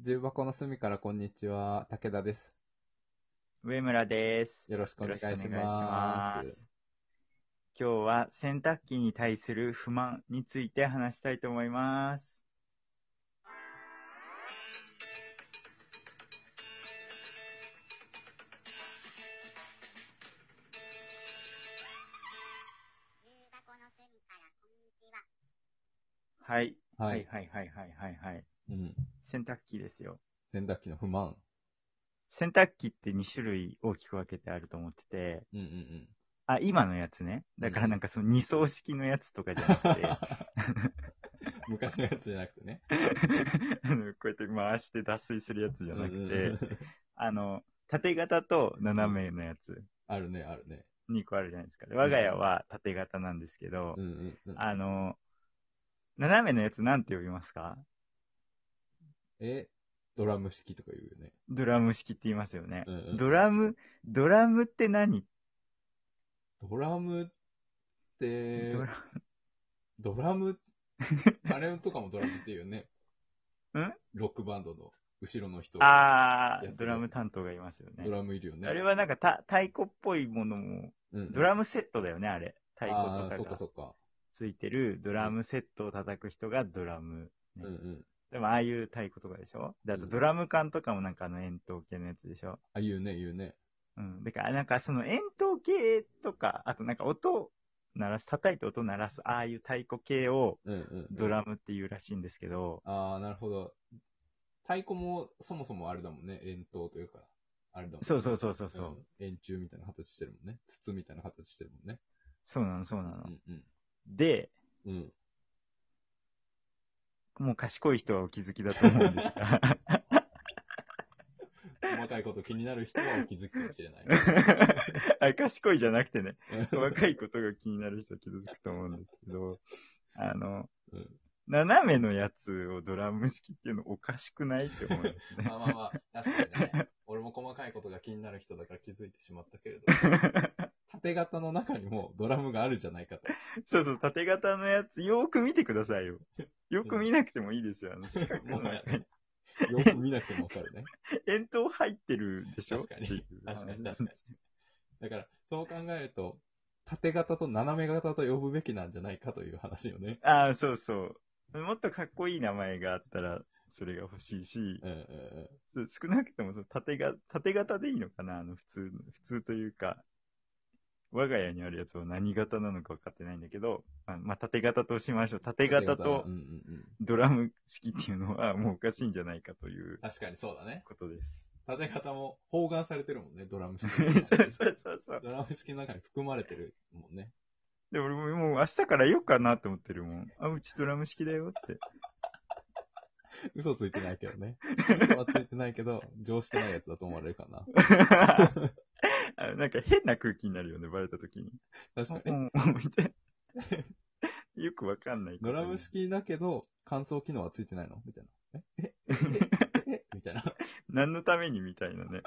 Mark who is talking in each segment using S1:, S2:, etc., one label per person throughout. S1: 重箱の隅からこんにちは、武田です。
S2: 上村です。
S1: よろしくお願いします。
S2: よろくお願いします今日は洗濯機に対する不満について話したいと思います。
S3: 重箱の隅からこんにちは。
S2: はい。
S1: は、
S2: はいいはいはいはいはいはい。
S1: うん。
S2: 洗濯機ですよ。
S1: 洗濯機の不満。
S2: 洗濯機って2種類大きく分けてあると思ってて、
S1: うんうんうん。
S2: あ、今のやつね。だからなんかその二層式のやつとかじゃ なくて、あ
S1: 昔のやつじゃなくてね。
S2: のこうやって回して脱水するやつじゃな
S1: う
S2: く
S1: んうんう
S2: て、
S1: ん
S2: あの、縦型と斜めのやつ、
S1: あるね、あるね。
S2: 2個あるじゃないですか。で我が家は縦型なんですけど
S1: う、んうんうん。
S2: あの、斜めのやつなんて呼びますか
S1: え、ドラム式とか言うよね。
S2: ドラム式って言いますよね。
S1: うんうん
S2: ドラム、ドラムって何、
S1: ドラムって、
S2: ドラ
S1: ドラ ム、あれとかもドラムっていうよね。
S2: ん
S1: ロックバンドの後ろの人。
S2: あ
S1: やって
S2: ー、
S1: る
S2: ドラム担当がいますよ
S1: ド
S2: ね。
S1: ラムいるよね。
S2: あれはなんかた太鼓っぽいものも、
S1: うんうん、
S2: ドラムセットだよね、あれ。太鼓
S1: ああー、
S2: と
S1: そっ
S2: か
S1: かそ
S2: が
S1: っか。
S2: ついてるドラムセットを叩く人がドラム。
S1: うん
S2: ね
S1: うん。
S2: でもああいう太鼓とかでしょであと
S1: うん
S2: ドラム缶とかもなんかあの円筒形のやつでしょ
S1: あ、言うね、言うね。
S2: うん。だから、なんかその円筒形とか、あとなんか音を鳴らす、叩いて音を鳴らす、ああいう太鼓系を
S1: うんうん。
S2: ドラムっていうらしいんですけど、
S1: ああ、なるほど。太鼓もそもそもあれだもんね。円筒というか、あれだもんね。
S2: そうそうそうそうそう、
S1: うん円柱みたいな形してるもんね。筒みたいな形してるもんね。
S2: そうなの、そうなの。
S1: うん
S2: で、
S1: うん。うん。
S2: もう賢い人はお気づきだと思うんですが、
S1: 細かいこと気になる人はお気づきかもしれない。
S2: あ賢いじゃなくてね、
S1: うん
S2: 若いことが気になる人は気づくと思うんですけど、あの、
S1: うん
S2: 斜めのやつをドラム式っていうのおかしくないって思うん ですね
S1: ま。あまあまあ、確かにね。俺も細かいことが気になる人だから気づいてしまったけれど。 縦型の中にもドラムがあるじゃないかと。
S2: そうそう、縦型のやつ、よーく見てくださいよ。よく見なくてもいいですよ。あの、四角
S1: も
S2: の
S1: う
S2: 中
S1: ね
S2: に、
S1: よく見なくてもわかるね。
S2: 円筒入ってるでしょ
S1: 確かに
S2: っていう
S1: 確かに確かにだから、そう考えると、縦型と斜め型と呼ぶべきなんじゃないかという話よね。
S2: ああ、そうそう。もっとかっこいい名前があったら、それが欲しいし
S1: う、んうんうん。
S2: 少なくともその縦が、縦型でいいのかなあの、普通の、普通というか、我が家にあるやつは何型なのか分かってないんだけど、まあ、まあ、縦型としましょう。縦型と
S1: うんうんうん。
S2: ドラム式っていうのは もうおかしいんじゃないかという
S1: 確かにそうだね。
S2: ことです。
S1: 縦型も包含されてるもんね、ドラム式
S2: そ うそうそうそう。
S1: ドラム式の中に含まれてるもんね。
S2: で、俺ももう明日から言おうかなって思ってるもん。あ、うちドラム式だよって。
S1: 嘘ついてないけどね。嘘はついてないけど、常識ないやつだと思われるかな。
S2: あなんか変な空気になるよね、バレた時に。
S1: 確か
S2: う
S1: に。
S2: ん、うんみたいな。よくわかんない。
S1: ドラム式だけど、乾燥機能はついてないのみたいな。ええええみたいな。
S2: 何のためにみたいなね。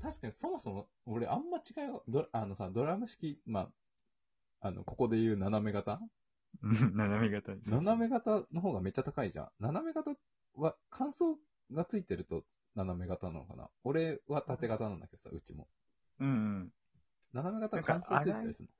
S1: 確かにそもそも、俺あんま違いは、ドラあのさ、ドラム式、まあ、あの、ここで言う斜め型
S2: うん 斜め型に。
S1: 斜め型の方がめっちゃ高いじゃん。斜め型は、乾燥がついてると斜め型なのかな俺は縦型なんだけどさ、うちも。
S2: うんうん。
S1: 斜め型は乾燥ついてたりするの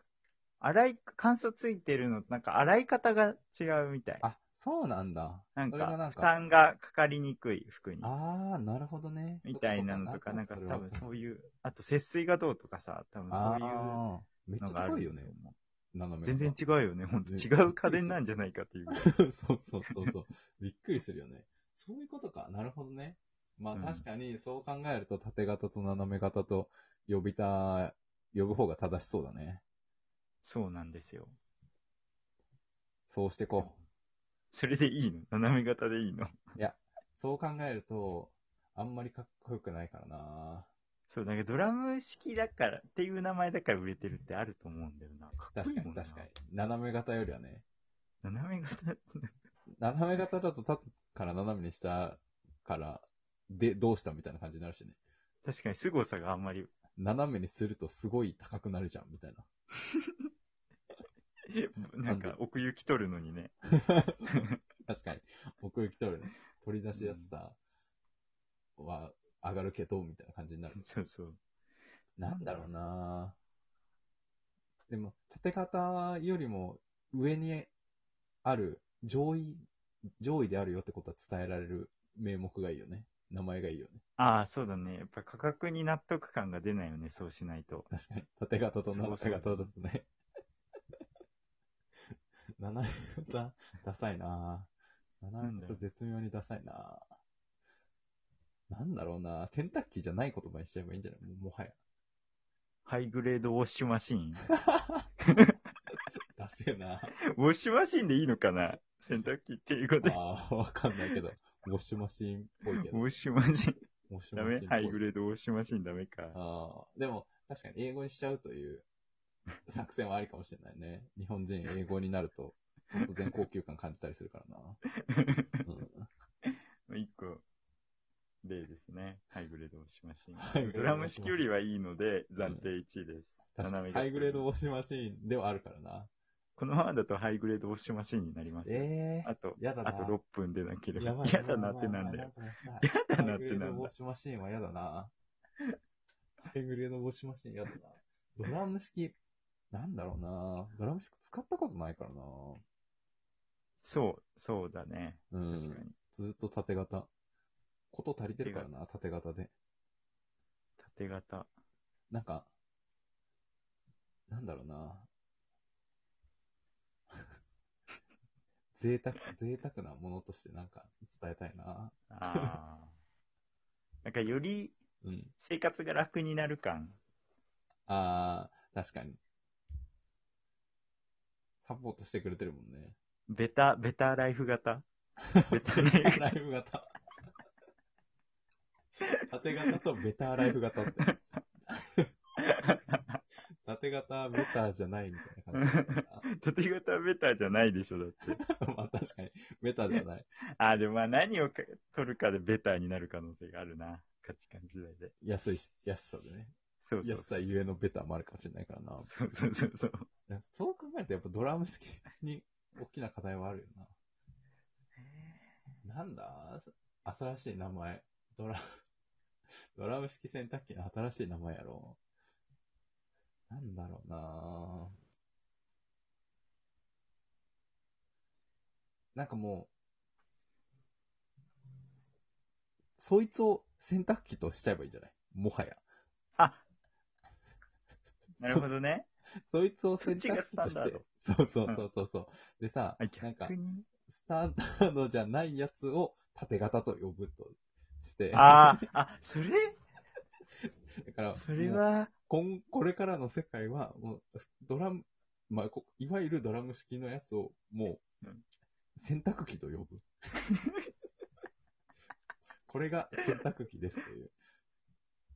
S2: 洗い、乾燥ついてるの、なんか洗い方が違うみたい。
S1: あ、そうなんだ。
S2: なん
S1: それがなん、
S2: か負
S1: か
S2: 担がかかりにくい服に。
S1: あー、なるほどね。
S2: みたいなのとか、なんか
S1: そ
S2: 多
S1: れは
S2: 分そういう、あと節水がどうとかさ、多分そういう
S1: あー、めっちゃ
S2: のがあ
S1: 高
S2: る
S1: いよね
S2: と、思う
S1: 斜め
S2: 全
S1: 型。
S2: 然違うよね、ほんと。
S1: ね
S2: 違う家電なんじゃない かっていうぐらい。
S1: そうそうそうそう。びっくりするよね。そういうことか。なるほどね。まあ
S2: うん
S1: 確かに、そう考えると縦型と斜め型と呼びた、呼ぶ方が正しそうだね。
S2: そうなんですよ。
S1: そうしてこう。
S2: それでいいの斜め型でいいの
S1: そう考えると、あんまりかっこよくないからな
S2: そう、なんかドラム式だからっていう名前だから売れてるってあると思うんだよな。かっ
S1: 確
S2: こい
S1: か
S2: いも
S1: に
S2: んな
S1: 確かに。斜め型よりはね。
S2: 斜め型って
S1: 斜め型だと縦から斜めにしたから、で、どうしたみたいな感じになるしね。
S2: 確かに凄さがあんまり、
S1: 斜めにするとすごい高くなるじゃん、みたいな。
S2: なんか奥行き取るのにね。
S1: 確かに。奥奥行き取るね。取り出しやすさは上がるけど、みたいな感じになる。
S2: そうそう。
S1: なんだろうなでも、縦型よりも上にある、上位、上位であるよってことは伝えられる名目がいいよね。名前がいいよね。
S2: ああ、そうだね。やっぱ価格に納得感が出ないよね、そうしないと。
S1: 確かに。縦型と
S2: そうそ
S1: 斜
S2: う
S1: 型ですね。 斜め型、ダサいな斜め
S2: なんだ
S1: 型
S2: よ
S1: 絶妙にダサいななんだろうな洗濯機じゃない言葉にしちゃえばいいんじゃないもうもはや。
S2: ハイグレードウォッシュマシーン。
S1: ダセえ な
S2: ウォッシュマシーンでいいのかな洗濯機っていうことで。
S1: ああ、わかんないけど。ウォッシュマシーンっぽいけど。
S2: ウォッシュマシン。
S1: ウォッシュ
S2: ダ
S1: マシーンっ
S2: メ
S1: ぽ
S2: ハイグレードウォッシュマシーンダメか。
S1: ああ、でも、確かに英語にしちゃうという作戦はありかもしれないね。日本人英語になると、突然高級感感じたりするから な。うん、
S2: 一個、例ですね。ハイグレードウォッシュマシ
S1: ハイ
S2: ン。
S1: グレード
S2: ドラム式よりはいいので、暫定1位です。
S1: 確か
S2: 斜
S1: に
S2: め
S1: ハイグレードウ
S2: ォ
S1: ォッシュマシーンではあるからな。
S2: このままだとハイグレードウォッシュマシーンになります。
S1: ええ
S2: あと、
S1: やだな。
S2: あと6分でなけれ
S1: や
S2: ば
S1: ば。い
S2: 嫌だなってなんだよ。。嫌だなっ
S1: ハイグ
S2: てなんだ
S1: レードウォッシュマシーンはやだな。ハイグレードウォッシュマシーンやだな。ドラム式、なんだろうな。ドラム式使ったことないからな。
S2: そう、そうだね。
S1: うん。
S2: 確かに。
S1: ずっと縦型。こと足りてるからな、縦型で。
S2: 縦型。
S1: なんか、なんだろうな。 贅沢、贅沢なものとしてなんか伝えたいな。
S2: ああ。 なんかより
S1: うん。
S2: 生活が楽になる感。
S1: あー、確かに。サポートしてくれてるもんね。
S2: ベタ、ベターライフ 型ベターラ
S1: ライ
S2: イフ型
S1: フ型。縦型とベターライフ型って。縦型ベターじゃないみたいな感じだな。
S2: 縦型ベターじゃないでしょ、だって。
S1: まあ確かに、ベターじゃない。
S2: ああ、でもまあ何をか取るかでベターになる可能性があるな。価値観時代で。
S1: 安いし、安さでね。
S2: そうそう
S1: 安さゆえのベターもあるかもしれないからな。
S2: そうそうそうそう。
S1: なんかそう考えるとやっぱドラム式に大きな課題はあるよな。なんだ新しい名前。ドラ、ドラム式洗濯機の新しい名前やろ。なんだろうななんかもう、そいつを洗濯機としちゃえばいいんじゃないもはや。
S2: あなるほどね。
S1: そいつを選択肢とし
S2: そっちがスタンダー
S1: て。そうそうそうそうそう。でさ
S2: あ、
S1: なんか
S2: 逆、に。
S1: スタンダードじゃないやつを縦型と呼ぶとして。
S2: ああ、あ、それ
S1: だから、
S2: それ
S1: もう
S2: は、
S1: 今、これからの世界は、もう、ドラム、まあこ、いわゆるドラム式のやつを、もう
S2: うん、
S1: 洗濯機と呼ぶ。 これが洗濯機ですという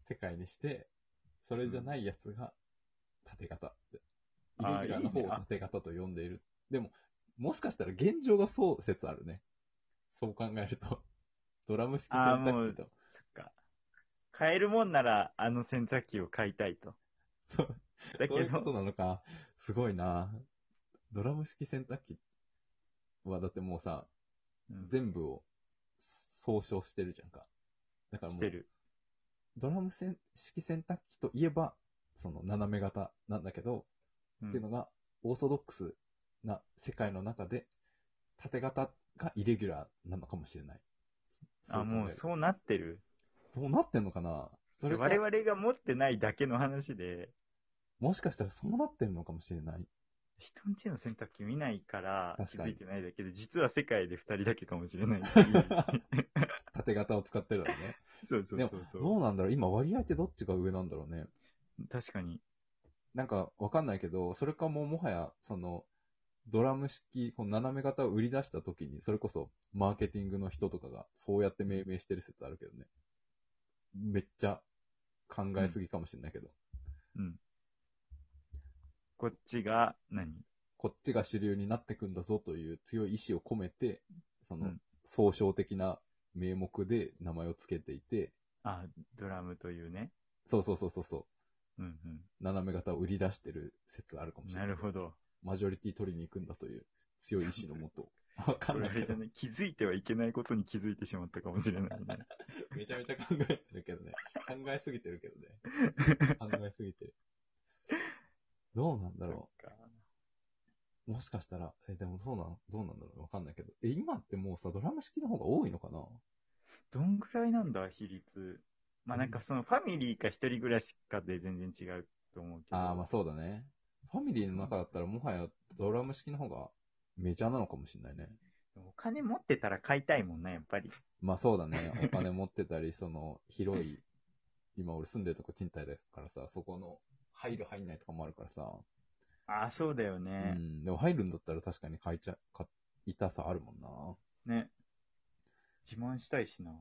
S1: 世界にして、それじゃないやつが縦型。イ
S2: あー
S1: レギュラーの方
S2: いい
S1: を
S2: ねあ
S1: 縦型と呼んでいる。でも、もしかしたら現状がそう説あるね。そう考えると。 ドラム式洗
S2: あーも
S1: 濯
S2: う
S1: 機と。
S2: そっか。買えるもんなら、あの洗濯機を買いたいと。
S1: そう。
S2: だ
S1: そう
S2: け
S1: いうこ
S2: ど、
S1: となのか。すごいな。ドラム式洗濯機はだってもうさ、
S2: うん
S1: 全部を総称してるじゃんか。だから
S2: し
S1: も
S2: て
S1: う、
S2: る。
S1: ドラム洗式洗濯機といえば、その斜め型なんだけど、
S2: うん
S1: っていうのが、オーソドックスな世界の中で、縦型がイレギュラーなのかもしれない。そ
S2: あ、もう
S1: そ
S2: そうなってる。
S1: そうなってんのかなそれか
S2: 我々が持ってないだけの話で、
S1: もしかしたらそうなってんのかもしれない。
S2: 人んちの洗濯機見ないから
S1: 確
S2: 気
S1: か
S2: づ
S1: に
S2: いてないだけで、実は世界で2人だけかもしれない
S1: 縦型を使ってるわね。
S2: そうそうそう
S1: ど
S2: そう
S1: なんだろう今割合ってどっちが上なんだろうね。
S2: う。確かに。
S1: なんかわかんないけど、それかもうもはや、その、ドラム式、この斜め型を売り出した時に、それこそマーケティングの人とかがそうやって命名してる説あるけどね。めっちゃ考えすぎかもしれないけど。
S2: こっちが何、
S1: こっちが主流になってくんだぞという強い意志を込めて、その
S2: うん、
S1: 総称的な名目で名前を付けていて、
S2: あ、ドラムというね。
S1: そうそうそうそうそう、
S2: うん
S1: 斜め型を売り出してる説あるか
S2: う
S1: も
S2: ん。
S1: しれ
S2: な
S1: ない。
S2: るほど。
S1: マジョリティ取りに行くんだという強い意志のもと。わかん
S2: 俺
S1: な
S2: あ
S1: い
S2: れじ
S1: け
S2: ゃ
S1: ど、
S2: ない気づいてはいけないことに気づいてしまったかもしれないね。
S1: めちゃめちゃ考えてるけどね。考えすぎてるけどね。 考えすぎてる。どうなんだろ
S2: そっか
S1: う。もしかしたら、え、でもそうなん、どうなんだろう。わかんないけど。え、今ってもうさ、ドラム式の方が多いのかな
S2: どんぐらいなんだ、比率。まあなんかそのファミリーか一人暮らしかで全然違うと思うけど。
S1: ああ、まあそうだね。ファミリーの中だったらもはやドラム式の方がメジャーなのかもしれないね。
S2: お金持ってたら買いたいもんな、やっぱり。
S1: まあそうだ ね。お金持ってたり、その、広い、今俺住んでるとこ賃貸だからさ、そこの入る入んないとかもあるからさ。
S2: ああ、そうだよ
S1: う
S2: ね。
S1: ん。でも入るんだったら確かに買いちゃ、買いたさあるもんな。
S2: ね。自慢したいしな。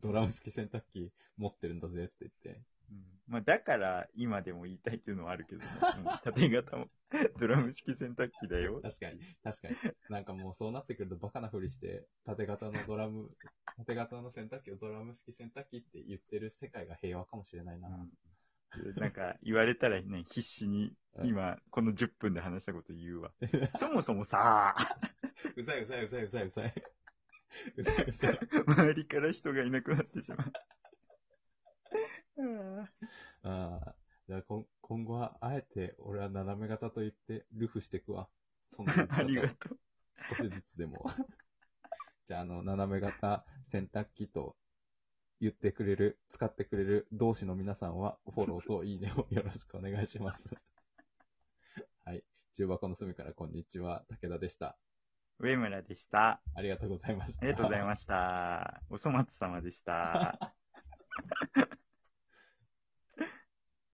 S1: ドラム式洗濯機持ってるんだぜって言って。
S2: うん、まあだから今でも言いたいっていうのはあるけど、 ね、うん縦型もドラム式洗濯機だよ。
S1: 確かに、確かに。なんかもうそうなってくるとバカなふりして、縦型のドラム、縦型の洗濯機をドラム式洗濯機って言ってる世界が平和かもしれないな。
S2: うんなんか言われたらね、必死に今この10分で話したこと言 うわ。そもそもさ、
S1: うざいうざいうざいうざいうざい。うざいうざい。
S2: 周りから人がいなくなってしまう。うん
S1: ああ。じゃあ今今後は、あえて、俺は斜め型と言って、ルフしてくわ。そんな
S2: ありがとう。
S1: 少しずつでも。じゃあ、あの、斜め型洗濯機と言ってくれる、使ってくれる同士の皆さんは、フォローといいねをよろしくお願いします。はい。中箱の隅からこんにちは。武田でした。
S2: 上村でした。
S1: ありがとうございました。
S2: ありがとうございました。おそ松様でした。